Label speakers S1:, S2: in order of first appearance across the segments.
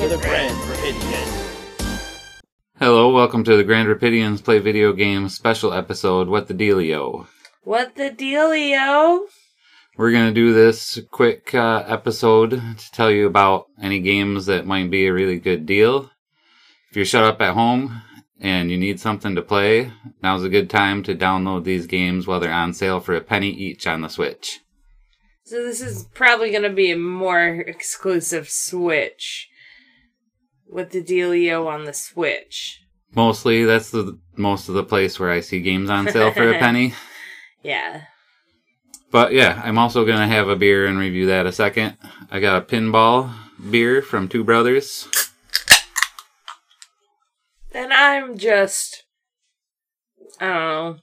S1: With a friend for idiot.
S2: Hello, welcome to the Grand Rapidians Play Video Games special episode, What the Dealio.
S3: What the dealio?
S2: We're going to do this quick uh, episode to tell you about any games that might be a really good deal. If you're shut up at home and you need something to play, now's a good time to download these games while they're on sale for a penny each on the Switch.
S3: So this is probably going to be a more exclusive Switch. What the dealio on the Switch?
S2: Mostly, that's the most of the place where I see games on sale for a penny.
S3: Yeah.
S2: But yeah, I'm also going to have a beer and review that a second. I got a pinball beer from Two Brothers.
S3: Then I'm just, I don't know,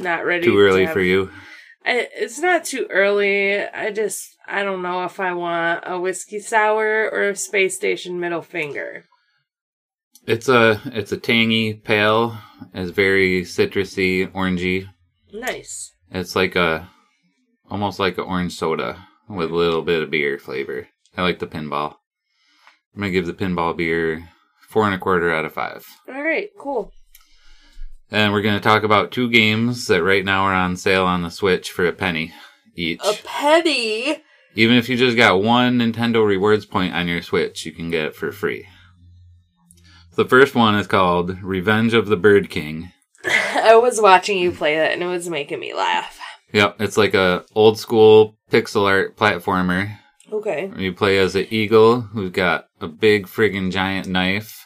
S3: not ready.
S2: Too
S3: to
S2: early
S3: have-
S2: for you.
S3: I, it's not too early. I just, I don't know if I want a whiskey sour or a space station middle finger.
S2: It's a it's a tangy pale. It's very citrusy, orangey.
S3: Nice.
S2: It's like a almost like an orange soda with a little bit of beer flavor. I like the pinball. I'm gonna give the pinball beer four and a quarter out of five.
S3: All right, cool.
S2: And we're gonna talk about two games that right now are on sale on the Switch for a penny each.
S3: A petty.
S2: Even if you just got one Nintendo rewards point on your Switch, you can get it for free. The first one is called Revenge of the Bird King.
S3: I was watching you play that and it was making me laugh.
S2: Yep, it's like a old school pixel art platformer.
S3: Okay.
S2: You play as an eagle who's got a big friggin' giant knife,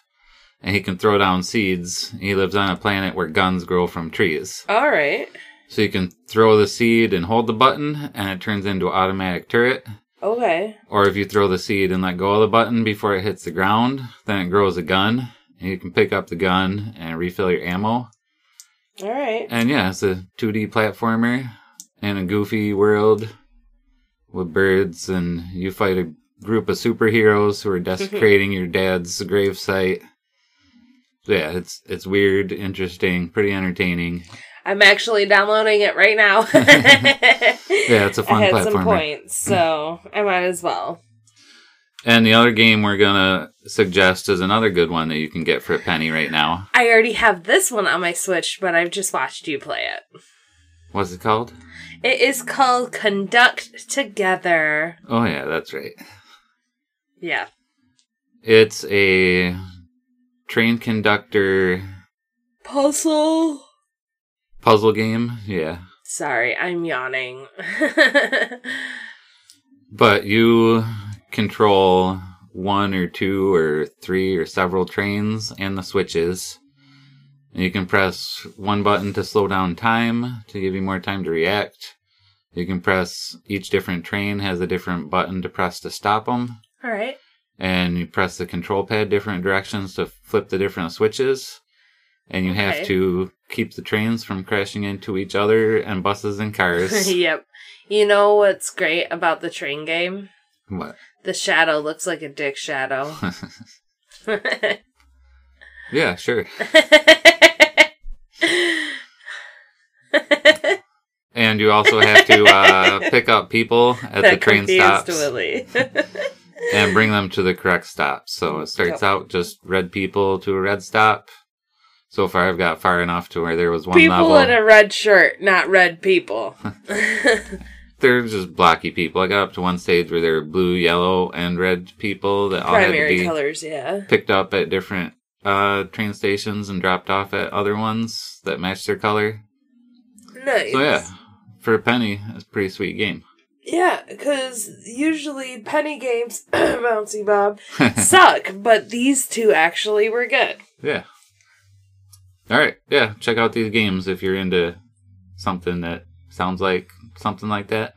S2: and he can throw down seeds. He lives on a planet where guns grow from trees.
S3: All right.
S2: So you can throw the seed and hold the button, and it turns into an automatic turret.
S3: Okay.
S2: Or if you throw the seed and let go of the button before it hits the ground, then it grows a gun. And you can pick up the gun and refill your ammo.
S3: All right.
S2: And yeah, it's a 2D platformer in a goofy world with birds, and you fight a group of superheroes who are desecrating your dad's gravesite. Yeah, it's it's weird, interesting, pretty entertaining.
S3: I'm actually downloading it right now.
S2: Yeah, it's a fun
S3: I had some
S2: platformer.
S3: points, so I might as well.
S2: And the other game we're gonna suggest is another good one that you can get for a penny right now.
S3: I already have this one on my Switch, but I've just watched you play it.
S2: What's it called?
S3: It is called Conduct Together.
S2: Oh yeah, that's right.
S3: Yeah.
S2: It's a train conductor
S3: Puzzle.
S2: puzzle game. Yeah.
S3: Sorry, I'm yawning.
S2: But you control one or two or three or several trains and the switches. And you can press one button to slow down time to give you more time to react. You can press each different train has a different button to press to stop them.
S3: All right.
S2: and you press the control pad different directions to flip the different switches. And you
S3: Okay.
S2: have to keep the trains from crashing into each other and buses and cars.
S3: yep. You know what's great about the train game?
S2: what?
S3: The shadow looks like a dick shadow.
S2: Yeah, sure. And you also have to uh, pick up people at the
S3: That
S2: train
S3: confused
S2: stops
S3: Willy.
S2: and bring them to the correct stop. So it starts
S3: Yep.
S2: out just red people to a red stop. So far, I've got far enough to where there was one
S3: people
S2: level. Oh,
S3: in a red shirt, not red people.
S2: They're just blocky people. I got up to one stage where there were blue, yellow, and red people that all had to
S3: Primary
S2: be
S3: colors, yeah.
S2: picked up at different uh, train stations and dropped off at other ones that matched their color.
S3: Nice.
S2: So yeah, for a penny, it's a pretty sweet game.
S3: Yeah, because usually penny games, bouncy bob, suck, but these two actually were good.
S2: Yeah. All right. Yeah. Check out these games if you're into something that sounds like something like that.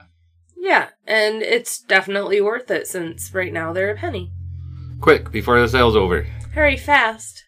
S3: Yeah, and it's definitely worth it since right now they're a penny.
S2: Quick before the sale's over.
S3: Hurry fast.